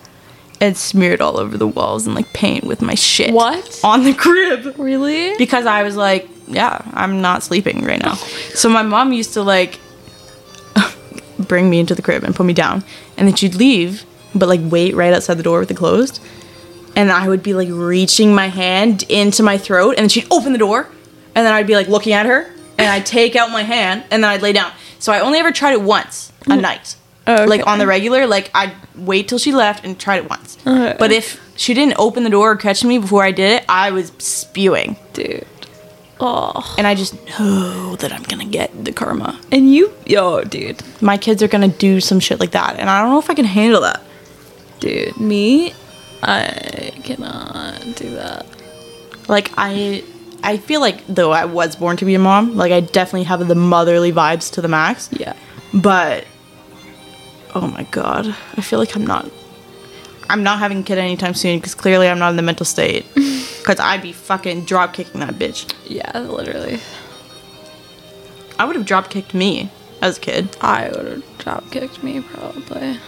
S1: and smear it all over the walls and like paint with my shit.
S2: What?
S1: on the crib?
S2: really.
S1: Because I was like, yeah, I'm not sleeping right
S2: *laughs*
S1: now. so my mom used to like *laughs* bring me into the crib and put me down, and then she'd leave, but like wait right outside the door with it closed, and I would be like reaching my hand into my throat, and then she'd open the door, and then I'd be like looking at her, and I'd take out my hand, and then I'd lay down. So I only ever tried it once a night,
S2: Mm. Oh, Okay.
S1: like on the regular. Like I'd wait till she left and tried it once.
S2: Okay.
S1: But if she didn't open the door or catch me before I did it, I was spewing,
S2: dude. Oh,
S1: and I just know that I'm gonna get the karma.
S2: and you, yo, dude,
S1: My kids are gonna do some shit like that, and I don't know if I can handle that.
S2: dude, me, I cannot do that.
S1: Like I I feel like though I was born to be a mom, like I definitely have the motherly vibes to the max.
S2: Yeah,
S1: But oh my god, I feel like I'm not I'm not having a kid anytime soon because clearly I'm not in the mental state. Cause I'd be fucking drop kicking that bitch.
S2: yeah, literally.
S1: I would have drop kicked me as a kid.
S2: I would have drop kicked me probably.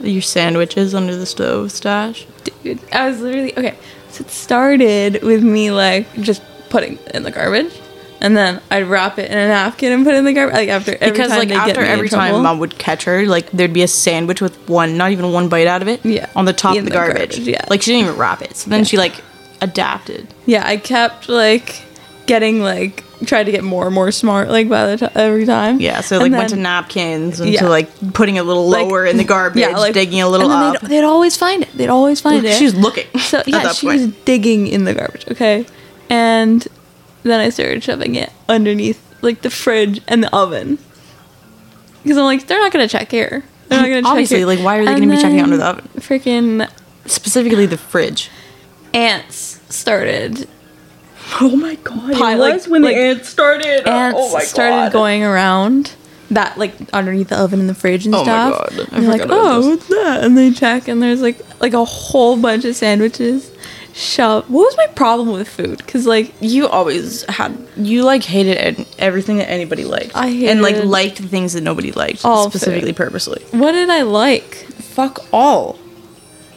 S1: Your sandwiches under the stove stash.
S2: Dude, I was literally okay. So it started with me like just putting in the garbage, and then I'd wrap it in a napkin and put it in the garbage. Like after every
S1: because
S2: time
S1: like
S2: they get
S1: after
S2: me in
S1: every time
S2: trouble.
S1: mom would catch her, like there'd be a sandwich with one, not even one bite out of it,
S2: Yeah.
S1: on the top
S2: In
S1: of the,
S2: the
S1: garbage.
S2: garbage, yeah.
S1: like she didn't even wrap it. So then she like adapted.
S2: Yeah, I kept like getting like tried to get more and more smart like by the t- every time.
S1: Yeah, so
S2: And
S1: like went to
S2: then-
S1: napkins and
S2: Yeah.
S1: to like putting a little
S2: like,
S1: lower in the garbage, digging a little
S2: and then
S1: up.
S2: They'd, they'd always find it. They'd always find it.
S1: She's looking.
S2: so
S1: at
S2: yeah,
S1: that
S2: she
S1: point.
S2: was digging in the garbage. Okay, and then I started shoving it underneath like the fridge and the oven because I'm like they're not gonna check here. They're not gonna check
S1: Obviously,
S2: here.
S1: like, why are they
S2: And
S1: gonna be checking
S2: then
S1: under the oven?
S2: Freaking
S1: specifically the fridge.
S2: ants started
S1: *laughs* Oh my god!
S2: Pile- like- like,
S1: started. Oh,
S2: ants started going around that like underneath the oven in the fridge and
S1: Oh my
S2: stuff.
S1: God, I
S2: And they're like,
S1: forgot about
S2: oh,
S1: this."
S2: what's that? And they check, and there's like like a whole bunch of sandwiches. Shove. What was my problem with food? Because like
S1: You always had you like hated ed- everything that anybody liked.
S2: I
S1: and like
S2: hated
S1: liked the things that nobody liked
S2: all
S1: specifically
S2: food.
S1: purposely.
S2: what did I like?
S1: Fuck all.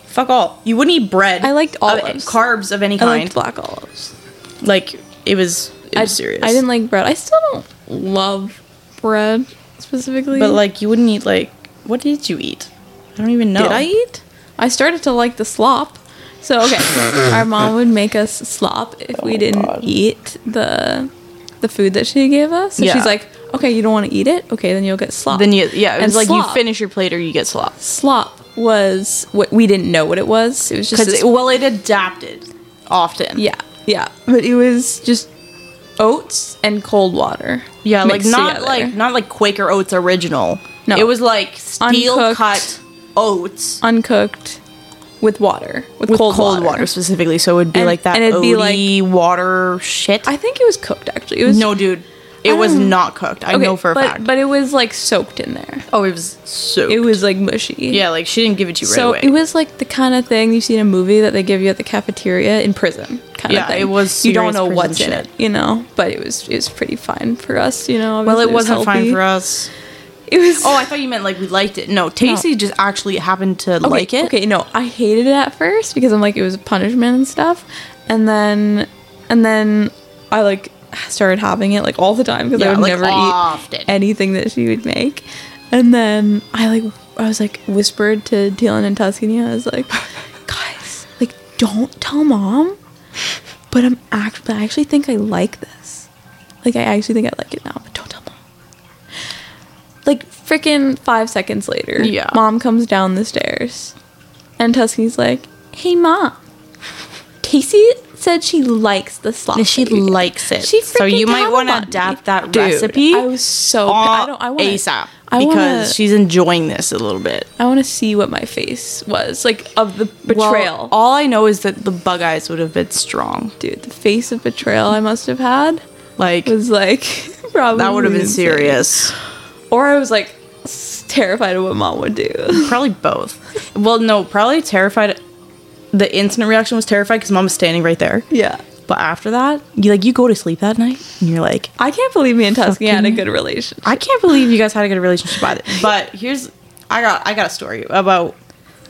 S1: Fuck all. You wouldn't eat bread.
S2: I liked
S1: of-
S2: olives.
S1: carbs of any
S2: I
S1: kind.
S2: liked black olives.
S1: like it was. It was
S2: I,
S1: serious.
S2: I didn't like bread. I still don't love bread specifically.
S1: But like you wouldn't eat like what did you eat? I don't even know.
S2: Did I eat? I started to like the slop.
S1: *laughs*
S2: So okay, our mom would make us slop if we didn't
S1: Oh, God.
S2: eat the the food that she gave us. So
S1: Yeah.
S2: she's like, okay, you don't want to eat it. Okay, then you'll get slop.
S1: Then you yeah, it
S2: And
S1: was like
S2: slop.
S1: you finish your plate or you get slops.
S2: slop was what we didn't know what it was. It was just
S1: Because
S2: this-
S1: it, well, it adapted often.
S2: yeah, yeah, but it was just oats and cold water.
S1: yeah, like
S2: mixed
S1: not
S2: together.
S1: like not like Quaker Oats original.
S2: No.
S1: it was like steel
S2: Uncooked.
S1: cut oats
S2: uncooked with water with,
S1: with
S2: cold, water.
S1: specifically. So it would be
S2: And-
S1: like that.
S2: and it'd be
S1: oaty water shit.
S2: I think it was cooked actually. It was
S1: no, dude, it was not cooked. I know for a
S2: Oh. but,
S1: fact.
S2: but it was like soaked in there.
S1: oh, it was so.
S2: It was like mushy.
S1: yeah, like she didn't give it to you right
S2: so
S1: away.
S2: it was like the kind of thing you see in a movie that they give you at the cafeteria in prison kind
S1: Yeah,
S2: of thing
S1: it was
S2: you don't
S1: serious
S2: know
S1: prison
S2: what's in
S1: shit.
S2: it you know but it was it was pretty fine for us you know
S1: well,
S2: obviously
S1: it wasn't fine for us.
S2: it was
S1: Oh, I thought you meant like we liked it. No, Tacy just actually happened to
S2: okay,
S1: like it.
S2: okay no i hated it at first because i'm like it was a punishment and stuff and then and then i like started having it like all the time because
S1: Yeah,
S2: i would
S1: like,
S2: never
S1: often.
S2: eat anything that she would make and then i like i was like whispered to dylan and tuscany i was like guys like don't tell mom but i'm actually i actually think i like this like i actually think i like it now but don't tell mom like freaking five seconds later
S1: Yeah.
S2: mom comes down the stairs and tuscany's like hey mom casey said she likes the slaw
S1: And she likes it.
S2: she
S1: so you
S2: freaking
S1: might want to
S2: told me.
S1: adapt that
S2: Dude,
S1: recipe.
S2: i was so i
S1: on
S2: don't i want
S1: ASAP
S2: I
S1: because
S2: wanna-
S1: she's enjoying this a little bit.
S2: i want to see what my face was like of the betrayal
S1: Well, all I know is that the bug eyes would have been strong.
S2: dude the face of betrayal i must have had
S1: Like
S2: was like *laughs* probably
S1: that would have been
S2: insane.
S1: serious.
S2: or i was like s- terrified of what mom would do
S1: Probably both. Well, no, probably terrified. The instant reaction was terrified because mom was standing right there.
S2: yeah
S1: But after that, you like you go to sleep that night and you're like,
S2: i can't believe me and tuscany had a good relationship
S1: I can't believe you guys had a good relationship either. But here's I got I got a story about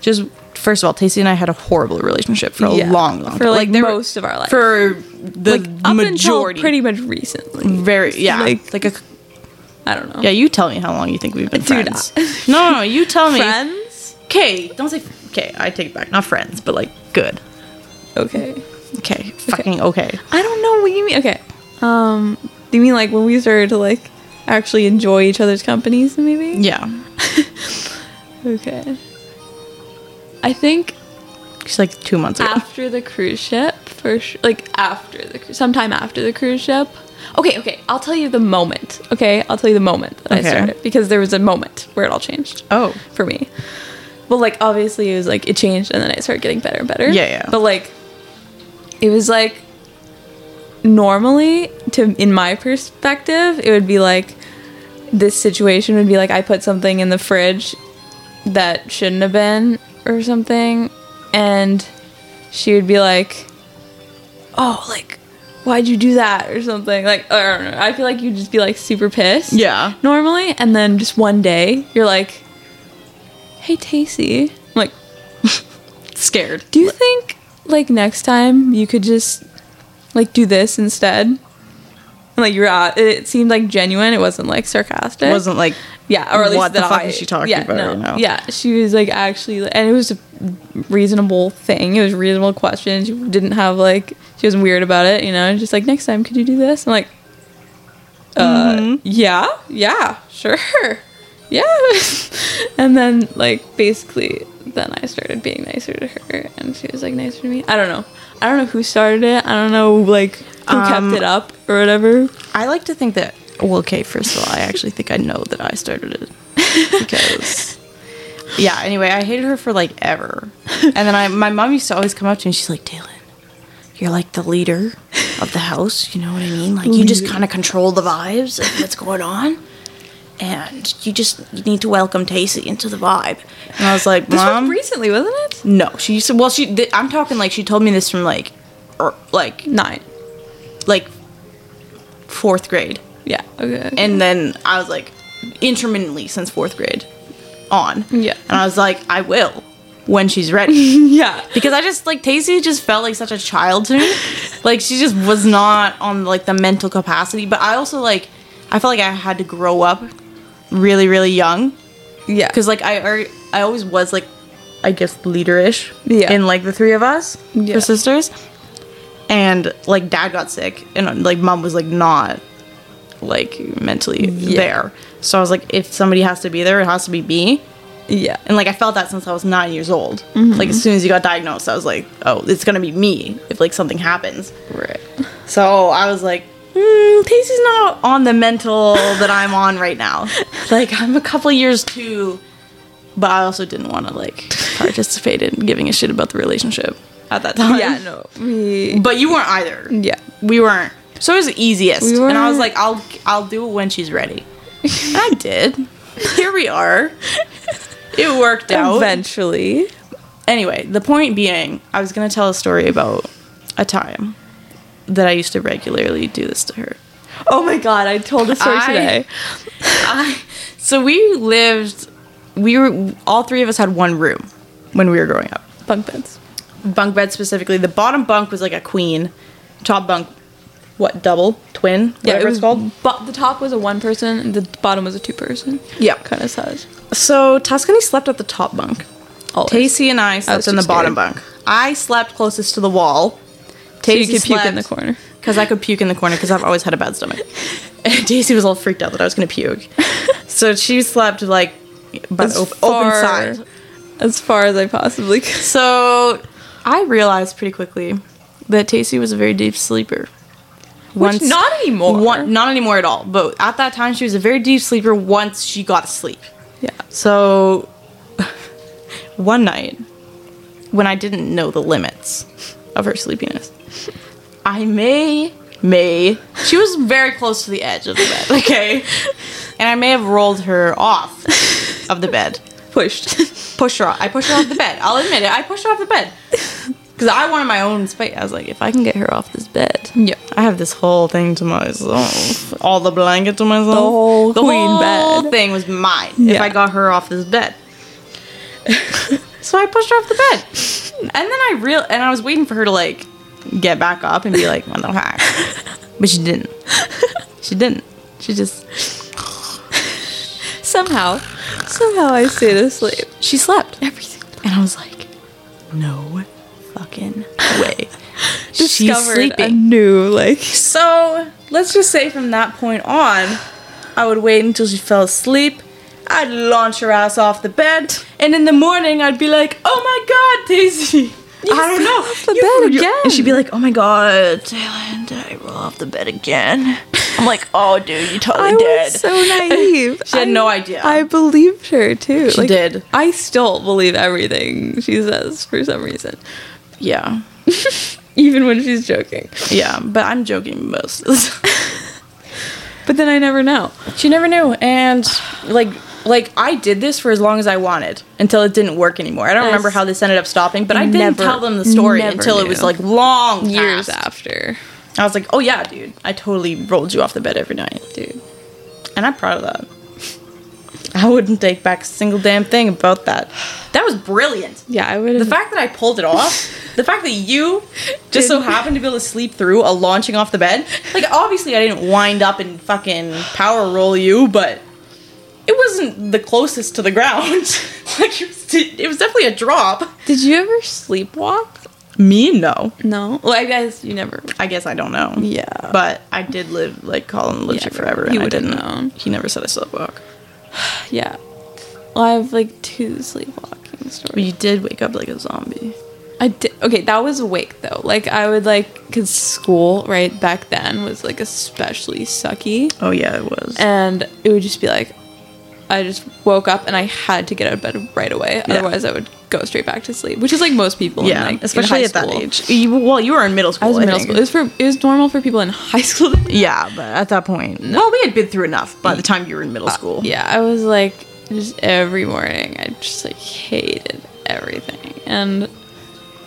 S1: just first of all, Tacey and I had a horrible relationship for a
S2: Yeah.
S1: long, long
S2: for
S1: time.
S2: like,
S1: there were-
S2: most of our life
S1: for the
S2: up
S1: majority,
S2: until pretty much recently.
S1: very yeah,
S2: like-
S1: like, a
S2: I don't know.
S1: yeah. You tell me how long you think we've been
S2: Dude,
S1: friends. no, no, no, you tell me.
S2: friends.
S1: Okay, don't say okay. I take it back. Not friends, but like good.
S2: Okay,
S1: Okay, fucking okay.
S2: I don't know what you mean. Okay, um, do you mean like when we started to like actually enjoy each other's companies? Maybe.
S1: Yeah,
S2: Okay. I think
S1: she's like two months ago.
S2: after the cruise ship, for sure, like after the cru- sometime after the cruise ship. Okay, okay, I'll tell you the moment. Okay, I'll tell you the moment that
S1: Okay.
S2: I started because there was a moment where it all changed.
S1: Oh.
S2: for me. Well, like obviously it was like it changed and then I started getting better and better.
S1: Yeah, yeah.
S2: But like it was like normally to in my perspective, it would be like this situation would be like I put something in the fridge that shouldn't have been or something and she would be like oh like why'd you do that or something like i don't know i feel like you'd just be like super pissed
S1: Yeah.
S2: normally and then just one day you're like hey Tacy, I'm like
S1: Scared.
S2: do you think like next time you could just like do this instead and, like you're at it seemed like genuine it wasn't like sarcastic
S1: It wasn't like
S2: yeah, or at least
S1: What the
S2: that
S1: fuck
S2: I-
S1: is she talking
S2: yeah,
S1: about
S2: no,
S1: right now?
S2: Yeah, she was like actually, and it was a reasonable thing. It was a reasonable question. She didn't have like she wasn't weird about it, you know. and Just like next time, could you do this? I'm like, uh,
S1: Mm-hmm.
S2: yeah, yeah, sure, *laughs* yeah. *laughs* and then like basically, then I started being nicer to her, and she was like nicer to me. I don't know. I don't know who started it. I don't know like who
S1: Um,
S2: kept it up or whatever.
S1: I like to think that. Well, okay. First of all, I actually think I know that I started it *laughs* because. Yeah. Anyway, I hated her for like ever, and then I my mom used to always come up to me. and She's like, Dylan, you're like the leader of the house. You know what I mean? Like you just kind of control the vibes of what's going on, and you just you need to welcome Tacy into the vibe. And I was like,
S2: This
S1: Mom,
S2: was recently, wasn't it?
S1: no. She used to. Well, she. Th- I'm talking like she told me this from like, or like
S2: Nine.
S1: like fourth grade.
S2: Yeah. Okay.
S1: and then I was like intermittently since fourth grade on.
S2: Yeah.
S1: And I was like, I will when she's
S2: *laughs*
S1: ready.
S2: yeah.
S1: because I just like Tacy just felt like such a child to me. like she just was not on like the mental capacity. But I also like I felt like I had to grow up really, really young.
S2: Yeah.
S1: Cause like I alre- I always was like I guess leaderish
S2: Yeah.
S1: in like the three of us.
S2: Yeah.
S1: Her sisters. And like dad got sick and like mom was like not like mentally there. So I was like, if somebody has to be there, it has to be me.
S2: Yeah.
S1: And like I felt that since I was nine years old. Like
S2: Mm-hmm.
S1: as soon as you got diagnosed, I was like, oh, it's gonna be me if like something happens.
S2: Right.
S1: So I was like, mm, Pacey's not on the mental that I'm on right now. *laughs* Like I'm a couple years too, but I also didn't want to like participate in giving a shit about the relationship at that time.
S2: Yeah, no. We,
S1: But you weren't either.
S2: yeah.
S1: We weren't. So it was the easiest.
S2: We
S1: and I was
S2: weren't.
S1: like, I'll I'll do it when she's ready. And I *laughs* did. Here we are. It worked out.
S2: Eventually.
S1: Anyway, the point being, I was going to tell a story about a time that I used to regularly do this to her.
S2: Oh my god, I told a story
S1: I-
S2: today.
S1: I, so we lived, we were, all three of us had one room when we were growing up.
S2: Bunk beds.
S1: Bunk bed specifically. The bottom bunk was like a queen, top bunk, what, double, twin, whatever it's called?
S2: But the top was a one person and the bottom was a two person.
S1: Yeah.
S2: Kind of size.
S1: So Tuscany slept at the top bunk.
S2: Always.
S1: Tacy and I slept
S2: was
S1: in
S2: too
S1: the bottom
S2: scared.
S1: bunk. I slept closest to the wall.
S2: So you
S1: Tacy
S2: could puke in the
S1: slept-
S2: corner.
S1: because I could puke in the corner because I've always had a bad *laughs* stomach. And Daisy was all freaked out that I was going to puke, so she slept like but
S2: As
S1: op- open
S2: far-
S1: side.
S2: As far as I possibly could.
S1: So I realized pretty quickly that Tacy was a very deep sleeper.
S2: Which not anymore.
S1: One, not anymore at all. But at that time, she was a very deep sleeper. Once she got asleep,
S2: Yeah.
S1: so *laughs* one night when I didn't know the limits of her sleepiness, I may may she was very close to the edge of the bed,
S2: *laughs*
S1: okay? And I may have rolled her off of the bed.
S2: Pushed. *laughs*
S1: Pushed her off. I pushed her off the bed. I'll admit it. I pushed her off the *laughs* bed. Cause I wanted my own space. I was like, if I can get her off this bed,
S2: Yeah.
S1: I have this whole thing to myself. All the blanket to myself. The
S2: whole queen
S1: whole
S2: bed.
S1: thing was mine if
S2: Yeah.
S1: I got her off this *laughs* bed. so I pushed her off the bed. And then I real and I was waiting for her to like get back up and be like, what the *laughs* heck? But she didn't. She didn't. She just
S2: Somehow. Somehow I stayed asleep.
S1: she slept.
S2: Everything.
S1: And I was like, no fucking way.
S2: Discovered a new like
S1: So let's just say from that point on, I would wait until she fell asleep. I'd launch her ass off the bed, and in the morning I'd be like, "Oh my God, *laughs* Daisy, I don't know."
S2: off the bed again.
S1: And she'd be like, "Oh my God, Taylor, did I roll off the bed *laughs* again?" I'm like, "Oh, dude, you totally
S2: I
S1: did."
S2: was so naive.
S1: *laughs* She had
S2: I-
S1: no idea.
S2: I believed her too.
S1: She did.
S2: I still believe everything she says for some reason,
S1: yeah,
S2: even when she's joking.
S1: yeah, but I'm joking most. of the time.
S2: But then I never know.
S1: She never knew, and like like I did this for as long as I wanted until it didn't work anymore. I don't
S2: Yes.
S1: remember how this ended up stopping, but I didn't
S2: Never-
S1: tell them the story
S2: never
S1: until it was
S2: knew.
S1: like long
S2: Years
S1: past.
S2: after,
S1: I was like, oh yeah, dude, I totally rolled you off the bed every night,
S2: dude.
S1: and I'm proud of that. *laughs* I wouldn't take back a single damn thing about that. That was brilliant.
S2: Yeah, I would
S1: The
S2: have.
S1: fact that I pulled it
S2: *laughs*
S1: off, the fact that you just so
S2: Didn't.
S1: happened to be able to sleep through a launching off the bed. Like, obviously, I didn't wind up and fucking power roll you, but it wasn't the closest to the ground. *laughs* like, it was, it was definitely a drop.
S2: Did you ever sleepwalk?
S1: Me, no.
S2: No. Well, I guess you never.
S1: I guess I don't know.
S2: Yeah.
S1: But I did live, like, Colin lived
S2: Yeah,
S1: here forever, and
S2: he
S1: he I
S2: would've
S1: didn't.
S2: known.
S1: He never said I slept walk.
S2: Yeah. Well, I have like two sleepwalking
S1: But
S2: stories.
S1: you did wake up like a zombie.
S2: I did. Okay, that was awake though. Like I would like because school right back then was like especially sucky.
S1: Oh, yeah, it was.
S2: and it would just be like I just woke up and I had to get out of bed right away.
S1: Yeah.
S2: Otherwise, I would go straight back to sleep, which is like most people. in,
S1: yeah,
S2: like, in
S1: especially
S2: high
S1: at that
S2: school.
S1: age. You, well, you were in middle school.
S2: I was in middle
S1: think.
S2: school. It was for it was normal for people in high *laughs* school. to-
S1: Yeah, but at that point, well, Oh, we had been through enough by the time you were in middle school.
S2: Uh, yeah, I was like just every morning. I just like hated everything, and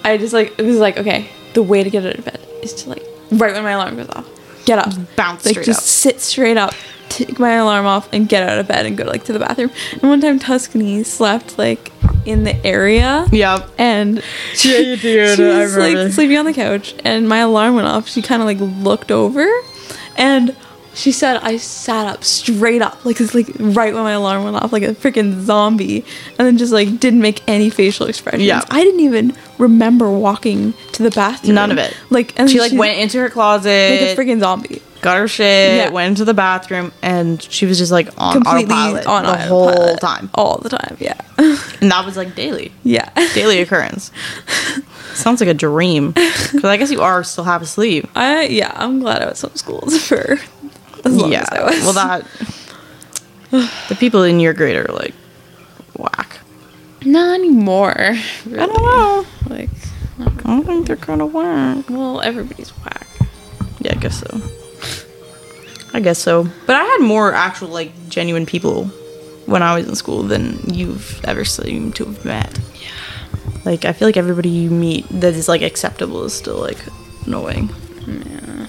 S2: I just like it was like okay, the way to get out of bed is to like right when my alarm goes off, get up,
S1: bounce
S2: like
S1: straight
S2: just
S1: up.
S2: sit straight up, take my alarm off, and get out of bed and go like to the bathroom. And one time Tuscany slept like in the area.
S1: Yep.
S2: And she,
S1: Yeah, you did.
S2: *laughs* she
S1: I
S2: was like
S1: remember.
S2: sleeping on the couch, and my alarm went off. She kind of like looked over, and she said, "I sat up straight up, like it's like right when my alarm went off, like a freaking zombie." And then just like didn't make any facial expressions.
S1: Yeah.
S2: I didn't even remember walking to the bathroom.
S1: None of it.
S2: Like and
S1: She like
S2: she's
S1: went into her closet.
S2: like a freaking zombie.
S1: got her shit,
S2: Yeah.
S1: went into the bathroom, and she was just like on
S2: completely
S1: autopilot
S2: on
S1: the whole
S2: autopilot.
S1: time.
S2: all the time. Yeah, *laughs*
S1: And that was like daily,
S2: yeah.
S1: daily
S2: *laughs*
S1: occurrence. Sounds like a dream. Because I guess you are still half asleep.
S2: I yeah. I'm glad I was homeschools *laughs* for as long as I was.
S1: Well,
S2: *laughs*
S1: that the people in your grade are like whack.
S4: Not anymore.
S1: I don't know.
S4: Like,
S1: I don't think they're gonna work.
S4: well, everybody's whack.
S1: Yeah, I guess so. I guess so. But I had more actual like genuine people when I was in school than you've ever seemed to have met. Yeah. Like I feel like everybody you meet that is like acceptable is still like annoying. Yeah.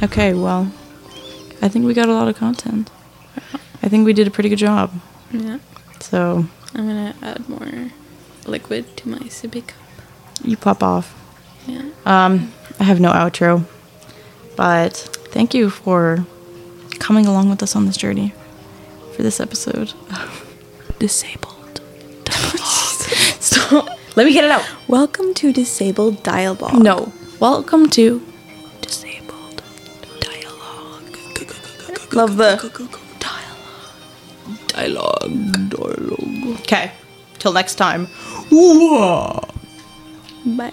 S1: Okay, well, I think we got a lot of content. I think we did a pretty good job.
S4: Yeah.
S1: So
S4: I'm gonna add more liquid to my sippy cup.
S1: you pop off.
S4: Yeah.
S1: Um, I have no outro, but thank you for coming along with us on this journey for this episode.
S5: *laughs* Disabled.
S1: *laughs* Stop. Let me get it out.
S2: Welcome to Disabled Dialogue.
S1: No. Welcome to
S5: Disabled. Dialogue.
S2: Love the
S5: Dialogue. Dialogue.
S1: Okay. Till next time.
S2: bye.